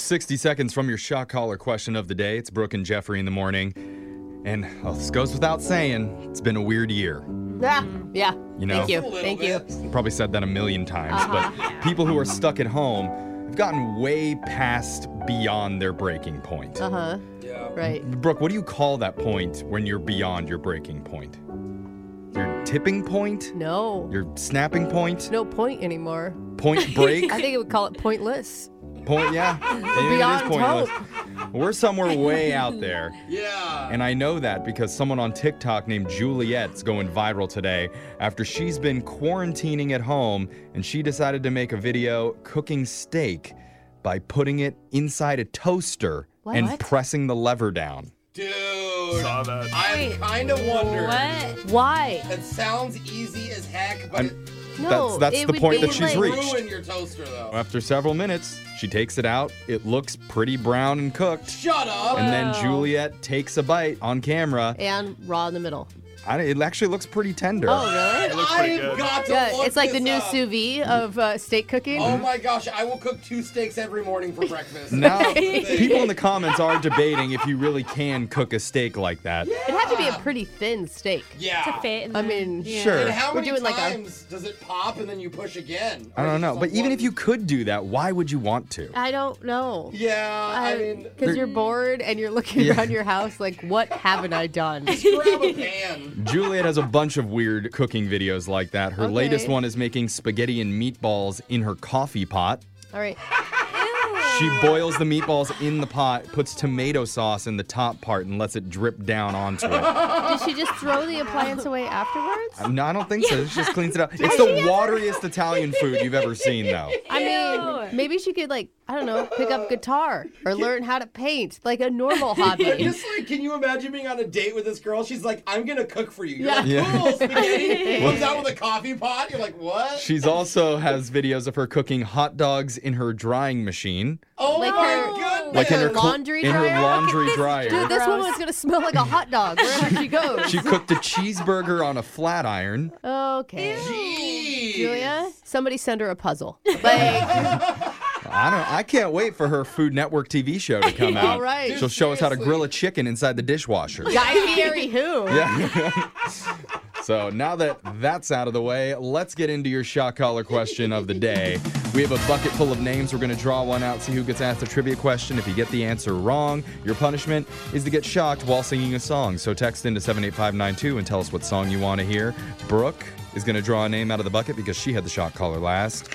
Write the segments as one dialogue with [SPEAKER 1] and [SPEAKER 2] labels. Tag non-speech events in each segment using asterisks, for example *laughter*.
[SPEAKER 1] 60 seconds from your shot caller question of the day. It's Brooke and Jeffrey in the morning. And well, this goes without saying, it's been a weird year.
[SPEAKER 2] Ah,
[SPEAKER 3] Mm-hmm.
[SPEAKER 2] yeah.
[SPEAKER 1] You know.
[SPEAKER 2] Thank you. Uh-huh.
[SPEAKER 1] A little
[SPEAKER 2] Thank you.
[SPEAKER 1] Probably said that a million times, but people who are stuck at home have gotten way past beyond their breaking point.
[SPEAKER 2] Uh huh. Right.
[SPEAKER 1] Brooke, what do you call that point when you're beyond your breaking point? Your tipping point?
[SPEAKER 2] No.
[SPEAKER 1] Your snapping point?
[SPEAKER 2] No point anymore.
[SPEAKER 1] Point break?
[SPEAKER 2] *laughs* I think it would call it pointless.
[SPEAKER 1] Point, yeah. It is
[SPEAKER 2] *laughs* Beyond
[SPEAKER 1] pointless. We're somewhere way out there.
[SPEAKER 3] Yeah.
[SPEAKER 1] And I know that because someone on TikTok named Juliet's going viral today after she's been quarantining at home and she decided to make a video cooking steak by putting it inside a toaster and
[SPEAKER 2] What?
[SPEAKER 1] pressing the lever down.
[SPEAKER 3] Dude.
[SPEAKER 4] Saw that.
[SPEAKER 3] I kind of wondered.
[SPEAKER 5] What?
[SPEAKER 2] Why?
[SPEAKER 3] It sounds easy as heck, but
[SPEAKER 1] I'm-
[SPEAKER 2] No.
[SPEAKER 1] that's
[SPEAKER 2] it
[SPEAKER 1] the
[SPEAKER 2] would
[SPEAKER 1] point
[SPEAKER 2] be
[SPEAKER 1] that she's
[SPEAKER 3] it would
[SPEAKER 2] like,
[SPEAKER 1] reached.
[SPEAKER 3] ruin your toaster though.
[SPEAKER 1] After several minutes, she takes it out. It looks pretty brown and cooked.
[SPEAKER 3] Shut up.
[SPEAKER 1] And then
[SPEAKER 5] Wow.
[SPEAKER 1] Juliet takes a bite on camera.
[SPEAKER 2] And raw in the middle.
[SPEAKER 1] I, it actually looks pretty tender.
[SPEAKER 3] *sighs*
[SPEAKER 2] Oh, really?
[SPEAKER 4] It looks pretty
[SPEAKER 3] I've
[SPEAKER 4] good.
[SPEAKER 3] got to
[SPEAKER 2] Yeah,
[SPEAKER 3] look
[SPEAKER 2] it's like the
[SPEAKER 3] this
[SPEAKER 2] new
[SPEAKER 3] up.
[SPEAKER 2] sous vide of uh, steak cooking.
[SPEAKER 3] Oh my gosh, I will cook two steaks every morning for
[SPEAKER 2] *laughs*
[SPEAKER 3] breakfast.
[SPEAKER 1] Now,
[SPEAKER 3] They-
[SPEAKER 1] people in the comments are debating if you really can cook a steak like that.
[SPEAKER 2] It'd have to be a pretty thin steak.
[SPEAKER 3] yeah.
[SPEAKER 5] To fit.
[SPEAKER 2] I mean,
[SPEAKER 1] Sure.
[SPEAKER 3] And how
[SPEAKER 2] We're
[SPEAKER 3] many
[SPEAKER 2] doing like a-
[SPEAKER 3] times does it pop and then you push again?
[SPEAKER 1] I
[SPEAKER 3] Or is
[SPEAKER 1] don't
[SPEAKER 3] it
[SPEAKER 1] know.
[SPEAKER 3] just
[SPEAKER 1] But
[SPEAKER 3] like
[SPEAKER 1] even
[SPEAKER 3] one-
[SPEAKER 1] if you could do that, why would you want
[SPEAKER 2] *laughs*
[SPEAKER 1] to?
[SPEAKER 2] I don't know.
[SPEAKER 3] Yeah, I,
[SPEAKER 2] *laughs*
[SPEAKER 3] mean,
[SPEAKER 2] because you're bored and you're looking
[SPEAKER 1] Yeah.
[SPEAKER 2] around your house like, what haven't I
[SPEAKER 3] *laughs*
[SPEAKER 2] done?
[SPEAKER 3] grab a pan.
[SPEAKER 1] Juliet has a bunch of weird cooking videos like that. Her
[SPEAKER 2] Okay.
[SPEAKER 1] latest one is making spaghetti and meatballs in her coffee pot.
[SPEAKER 2] All right.
[SPEAKER 1] She boils the meatballs in the pot, puts tomato sauce in the top part, and lets it drip down onto
[SPEAKER 2] *laughs*
[SPEAKER 1] it.
[SPEAKER 2] Did she just throw the appliance away afterwards?
[SPEAKER 1] No, I don't think so. She just cleans it
[SPEAKER 2] *laughs*
[SPEAKER 1] up. It's the wateriest Italian food you've ever seen, though.
[SPEAKER 2] I mean, maybe she could like I don't know, pick up guitar or learn how to paint, like
[SPEAKER 1] *laughs*
[SPEAKER 2] a normal
[SPEAKER 3] But
[SPEAKER 2] hobby.
[SPEAKER 3] just like, can you imagine being on a date with this girl? She's like, I'm gonna cook for you. You're
[SPEAKER 2] Yeah.
[SPEAKER 3] like,
[SPEAKER 1] Yeah.
[SPEAKER 3] cool, spaghetti. Comes out with a coffee pot. You're like, what?
[SPEAKER 1] She's also has videos of her cooking hot dogs in her drying machine,
[SPEAKER 3] oh
[SPEAKER 2] Like
[SPEAKER 3] my
[SPEAKER 2] her-
[SPEAKER 3] goodness.
[SPEAKER 1] like in her cl-
[SPEAKER 2] laundry
[SPEAKER 1] in her
[SPEAKER 2] dryer?
[SPEAKER 1] laundry dryer.
[SPEAKER 2] Dude, *laughs* this woman's gonna smell like a hot dog
[SPEAKER 1] *laughs*
[SPEAKER 2] wherever she goes.
[SPEAKER 1] She cooked a cheeseburger on a flat iron.
[SPEAKER 2] Okay.
[SPEAKER 3] Jeez.
[SPEAKER 2] Julia, somebody send her a puzzle. Like,
[SPEAKER 1] I don't. I can't wait for her Food Network TV show to come out.
[SPEAKER 2] All right.
[SPEAKER 1] She'll show us how to
[SPEAKER 3] Seriously.
[SPEAKER 1] grill a chicken inside the dishwasher.
[SPEAKER 2] Guy Fieri who?
[SPEAKER 1] *laughs* Yeah. so now that that's out of the way, let's get into your shot collar question of the day. We have a bucket full of names. We're going to draw one out, see who gets asked a trivia question. If you get the answer wrong, your punishment is to get shocked while singing a song. So text into 78592 and tell us what song you want to hear. Brooke is going to draw a name out of the bucket because she had the shot collar last.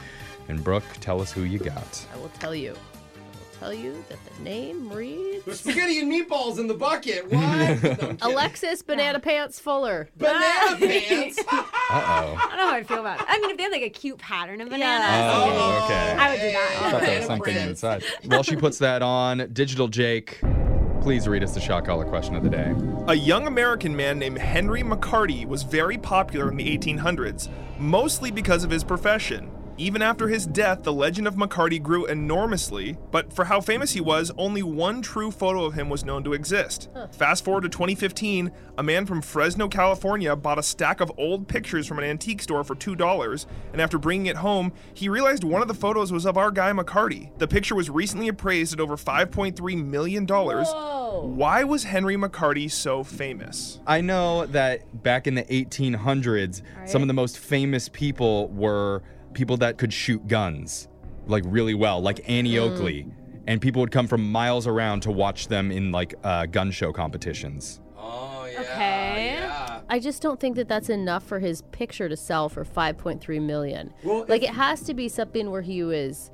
[SPEAKER 1] And Brooke, tell us who you got.
[SPEAKER 2] I will tell you. I will tell you that the name
[SPEAKER 3] There's
[SPEAKER 2] reads
[SPEAKER 3] spaghetti and meatballs in
[SPEAKER 1] *laughs*
[SPEAKER 3] the bucket. What? No, I'm kidding.
[SPEAKER 2] Alexis Banana Pants Fuller.
[SPEAKER 3] Banana pants.
[SPEAKER 1] Uh *laughs* oh.
[SPEAKER 5] I don't know how I feel about it. I mean, if they have like a cute pattern of bananas,
[SPEAKER 1] Oh, okay.
[SPEAKER 5] I would do that.
[SPEAKER 1] Thought there was
[SPEAKER 3] Banana
[SPEAKER 1] something
[SPEAKER 3] bread.
[SPEAKER 1] inside. While she puts that on, Digital Jake, please read us the shot collar question of the day.
[SPEAKER 4] A young American man named Henry McCarty was very popular in the 1800s, mostly because of his profession. Even after his death, the legend of McCarty grew enormously, but for how famous he was, only one true photo of him was known to exist. Fast forward to 2015, a man from Fresno, California bought a stack of old pictures from an antique store for $2, and after bringing it home, he realized one of the photos was of our guy McCarty. The picture was recently appraised at over $5.3 million. Why was Henry McCarty so famous?
[SPEAKER 1] I know that back in the 1800s, some of the most famous people were people that could shoot guns like really well, like Annie Oakley. And people would come from miles around to watch them in like uh, gun show competitions.
[SPEAKER 3] Oh yeah.
[SPEAKER 5] Okay.
[SPEAKER 3] Yeah.
[SPEAKER 2] I just don't think that that's enough for his picture to sell for 5.3 million.
[SPEAKER 3] Well,
[SPEAKER 2] like it has to be something where he was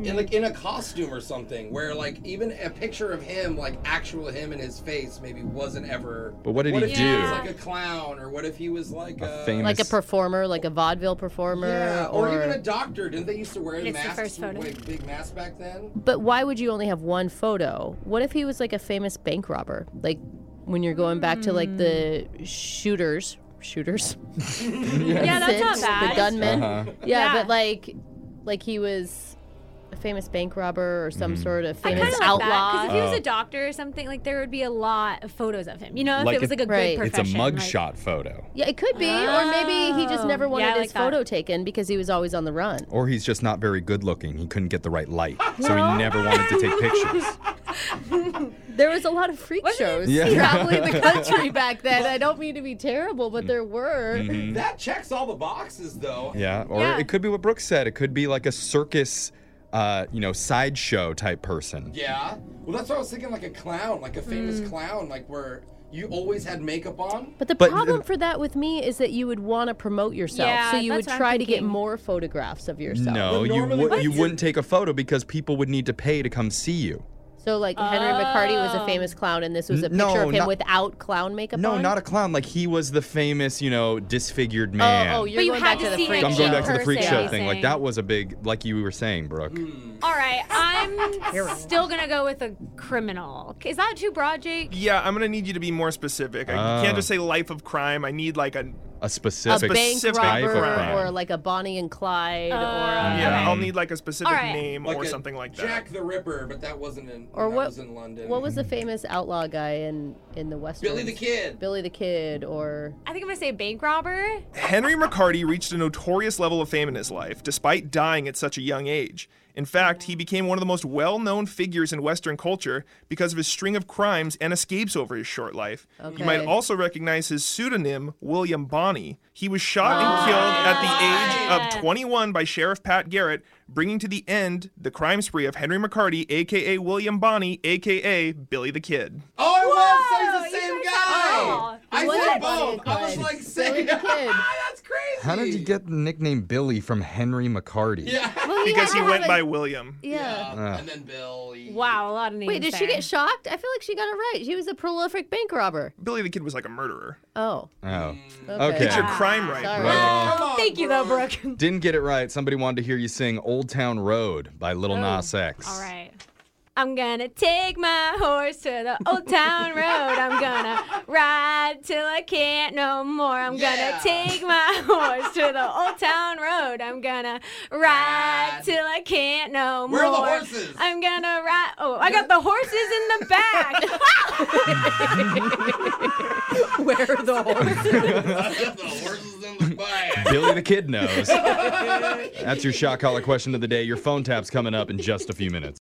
[SPEAKER 3] In like in a costume or something, where like even a picture of him, like actual him in his face, maybe wasn't ever.
[SPEAKER 1] But what did
[SPEAKER 3] What
[SPEAKER 1] he
[SPEAKER 3] if he was
[SPEAKER 1] do?
[SPEAKER 3] like a clown, or what if he was like a,
[SPEAKER 1] famous-
[SPEAKER 2] like a
[SPEAKER 1] Miss-
[SPEAKER 2] performer, like a vaudeville performer
[SPEAKER 3] Yeah, or, even a doctor. Didn't they used to wear
[SPEAKER 5] It's the
[SPEAKER 3] masks?
[SPEAKER 5] first photo.
[SPEAKER 3] Like, big masks back then.
[SPEAKER 2] But why would you only have one photo? What if he was like a famous bank robber? Like when you're going back to like the shooters, shooters,
[SPEAKER 5] Hmm. Yeah, that's not
[SPEAKER 2] Six, *laughs*
[SPEAKER 5] bad.
[SPEAKER 2] the gunmen.
[SPEAKER 1] Uh-huh.
[SPEAKER 2] Yeah,
[SPEAKER 5] Yeah.
[SPEAKER 2] but like, like he was a famous bank robber or
[SPEAKER 3] Mm-hmm.
[SPEAKER 2] some sort of
[SPEAKER 5] I kind
[SPEAKER 2] famous
[SPEAKER 5] of like
[SPEAKER 2] outlaw.
[SPEAKER 5] Because if he was a doctor or something, like there would be a lot of photos of him. You know, if
[SPEAKER 1] Like
[SPEAKER 5] it was
[SPEAKER 1] it-
[SPEAKER 5] like a good
[SPEAKER 2] Right.
[SPEAKER 1] It's a
[SPEAKER 5] profession. like-
[SPEAKER 1] mugshot photo.
[SPEAKER 2] yeah, it could be, or maybe he just never
[SPEAKER 5] Oh,
[SPEAKER 2] wanted
[SPEAKER 5] yeah, I
[SPEAKER 2] his
[SPEAKER 5] like that.
[SPEAKER 2] photo taken because he was always on the run.
[SPEAKER 1] Or he's just not very good looking. He couldn't get the right light. So he never wanted to take pictures.
[SPEAKER 2] There was a lot of freak shows
[SPEAKER 1] Yeah.
[SPEAKER 2] traveling
[SPEAKER 1] *laughs*
[SPEAKER 2] the country back then. I don't mean to be terrible, but there were.
[SPEAKER 1] Mm-hmm.
[SPEAKER 3] That checks all the boxes, though.
[SPEAKER 1] Yeah. Or
[SPEAKER 5] Yeah.
[SPEAKER 1] it could be what Brooks said. It could be like a circus, uh, you know, sideshow type person.
[SPEAKER 3] Yeah. Well, that's what I was thinking, like a clown, like a
[SPEAKER 2] Mm.
[SPEAKER 3] famous clown, like where you always had makeup on.
[SPEAKER 2] But the
[SPEAKER 1] But-
[SPEAKER 2] problem for that with me is that you would want to promote yourself,
[SPEAKER 5] Yeah,
[SPEAKER 2] so you would
[SPEAKER 5] that's what I'm
[SPEAKER 2] try to get
[SPEAKER 5] thinking.
[SPEAKER 2] more photographs of yourself.
[SPEAKER 1] No,
[SPEAKER 3] But
[SPEAKER 1] you
[SPEAKER 3] normally
[SPEAKER 1] would
[SPEAKER 3] what
[SPEAKER 1] you
[SPEAKER 3] you-
[SPEAKER 1] wouldn't take a photo because people would need to pay to come see you.
[SPEAKER 2] So like Henry McCarty was a famous clown, and this was a
[SPEAKER 1] N-
[SPEAKER 2] picture
[SPEAKER 1] no,
[SPEAKER 2] of him
[SPEAKER 1] not-
[SPEAKER 2] without clown makeup
[SPEAKER 1] No,
[SPEAKER 2] on.
[SPEAKER 1] not a clown. Like he was the famous, you know, disfigured man.
[SPEAKER 2] Oh, oh, you're
[SPEAKER 5] But you
[SPEAKER 2] going
[SPEAKER 5] had
[SPEAKER 2] back
[SPEAKER 5] to
[SPEAKER 2] to the
[SPEAKER 5] see
[SPEAKER 2] freak
[SPEAKER 5] him
[SPEAKER 1] I'm
[SPEAKER 2] show.
[SPEAKER 1] going back to the freak
[SPEAKER 5] person,
[SPEAKER 1] show
[SPEAKER 5] I
[SPEAKER 1] thing. Like
[SPEAKER 5] think.
[SPEAKER 1] that was a big, like you were saying, Brooke. *laughs*
[SPEAKER 5] All right, I'm still gonna go with a criminal. Is that too broad, Jake?
[SPEAKER 4] Yeah, I'm gonna need you to be more specific. I you
[SPEAKER 1] Ah.
[SPEAKER 3] Oh.
[SPEAKER 4] can't just say life of crime. I need like a
[SPEAKER 1] A
[SPEAKER 2] A
[SPEAKER 1] specific.
[SPEAKER 2] bank
[SPEAKER 4] specific type of
[SPEAKER 2] robber,
[SPEAKER 1] crime.
[SPEAKER 2] or like a Bonnie and Clyde, or a,
[SPEAKER 4] yeah.
[SPEAKER 1] okay.
[SPEAKER 4] I'll need like a specific
[SPEAKER 5] All right.
[SPEAKER 4] name
[SPEAKER 3] Like
[SPEAKER 4] or
[SPEAKER 3] a
[SPEAKER 4] something like that.
[SPEAKER 3] Jack the Ripper, but that wasn't in.
[SPEAKER 2] Or
[SPEAKER 3] that
[SPEAKER 2] what-
[SPEAKER 3] was in London.
[SPEAKER 2] what was the famous outlaw guy in in the West?
[SPEAKER 3] Billy the Kid?
[SPEAKER 2] Billy the Kid, or
[SPEAKER 5] I think I'm gonna say bank robber.
[SPEAKER 4] Henry McCarty reached a notorious level of fame in his life, despite dying at such a young age. In fact, he became one of the most well known figures in Western culture because of his string of crimes and escapes over his short life. You might
[SPEAKER 2] Okay.
[SPEAKER 4] also recognize his pseudonym, William Bonney. He was shot
[SPEAKER 2] Ah.
[SPEAKER 4] and killed at the age of 21 by Sheriff Pat Garrett, bringing to the end the crime spree of Henry McCarty, aka William Bonney, aka Billy the Kid.
[SPEAKER 3] Oh, it was.
[SPEAKER 5] Whoa,
[SPEAKER 3] He's the
[SPEAKER 5] you
[SPEAKER 3] same
[SPEAKER 5] guys
[SPEAKER 3] guy.
[SPEAKER 5] are-
[SPEAKER 3] I
[SPEAKER 2] What?
[SPEAKER 3] said both. I was like,
[SPEAKER 2] Billy
[SPEAKER 3] say
[SPEAKER 2] the
[SPEAKER 3] *laughs*
[SPEAKER 2] Kid.
[SPEAKER 3] That's crazy.
[SPEAKER 1] How did you get the nickname Billy from Henry McCarty?
[SPEAKER 3] Yeah.
[SPEAKER 2] Well,
[SPEAKER 4] Because
[SPEAKER 2] had
[SPEAKER 4] he
[SPEAKER 2] to
[SPEAKER 4] went
[SPEAKER 2] Oh, have
[SPEAKER 4] by
[SPEAKER 2] a-
[SPEAKER 4] William.
[SPEAKER 2] yeah.
[SPEAKER 1] Ah.
[SPEAKER 3] Uh, and then Billy.
[SPEAKER 5] Wow, a lot of names.
[SPEAKER 2] Wait, did she
[SPEAKER 5] there.
[SPEAKER 2] get shocked? I feel like she got it right. She was a prolific bank robber.
[SPEAKER 4] Billy the Kid was like a murderer.
[SPEAKER 2] Oh,
[SPEAKER 1] Oh.
[SPEAKER 2] Okay.
[SPEAKER 1] Okay.
[SPEAKER 4] Get your crime right,
[SPEAKER 2] Sorry.
[SPEAKER 4] bro.
[SPEAKER 5] Oh,
[SPEAKER 3] Come on,
[SPEAKER 5] thank you though, Brooke.
[SPEAKER 1] Didn't get it right. Somebody wanted to hear you sing Old Town Road by Little Nas X.
[SPEAKER 5] All right. I'm gonna take my horse to the old
[SPEAKER 3] *laughs*
[SPEAKER 5] town road. I'm gonna ride till I can't no more. I'm
[SPEAKER 3] Yeah.
[SPEAKER 5] gonna take
[SPEAKER 3] *laughs*
[SPEAKER 5] my horse to the old town road. I'm gonna ride
[SPEAKER 3] Ride.
[SPEAKER 5] till I can't no
[SPEAKER 3] Where are
[SPEAKER 5] more.
[SPEAKER 3] the horses?
[SPEAKER 5] I'm gonna ride. Oh, I got the horses in
[SPEAKER 3] *laughs*
[SPEAKER 5] the
[SPEAKER 2] *laughs*
[SPEAKER 5] back.
[SPEAKER 2] where are the *laughs* horses?
[SPEAKER 3] *laughs* the horses in
[SPEAKER 2] *laughs*
[SPEAKER 3] the back.
[SPEAKER 1] Billy the Kid knows. That's your shot collar question of the day. Your phone tap's coming up in just a few minutes.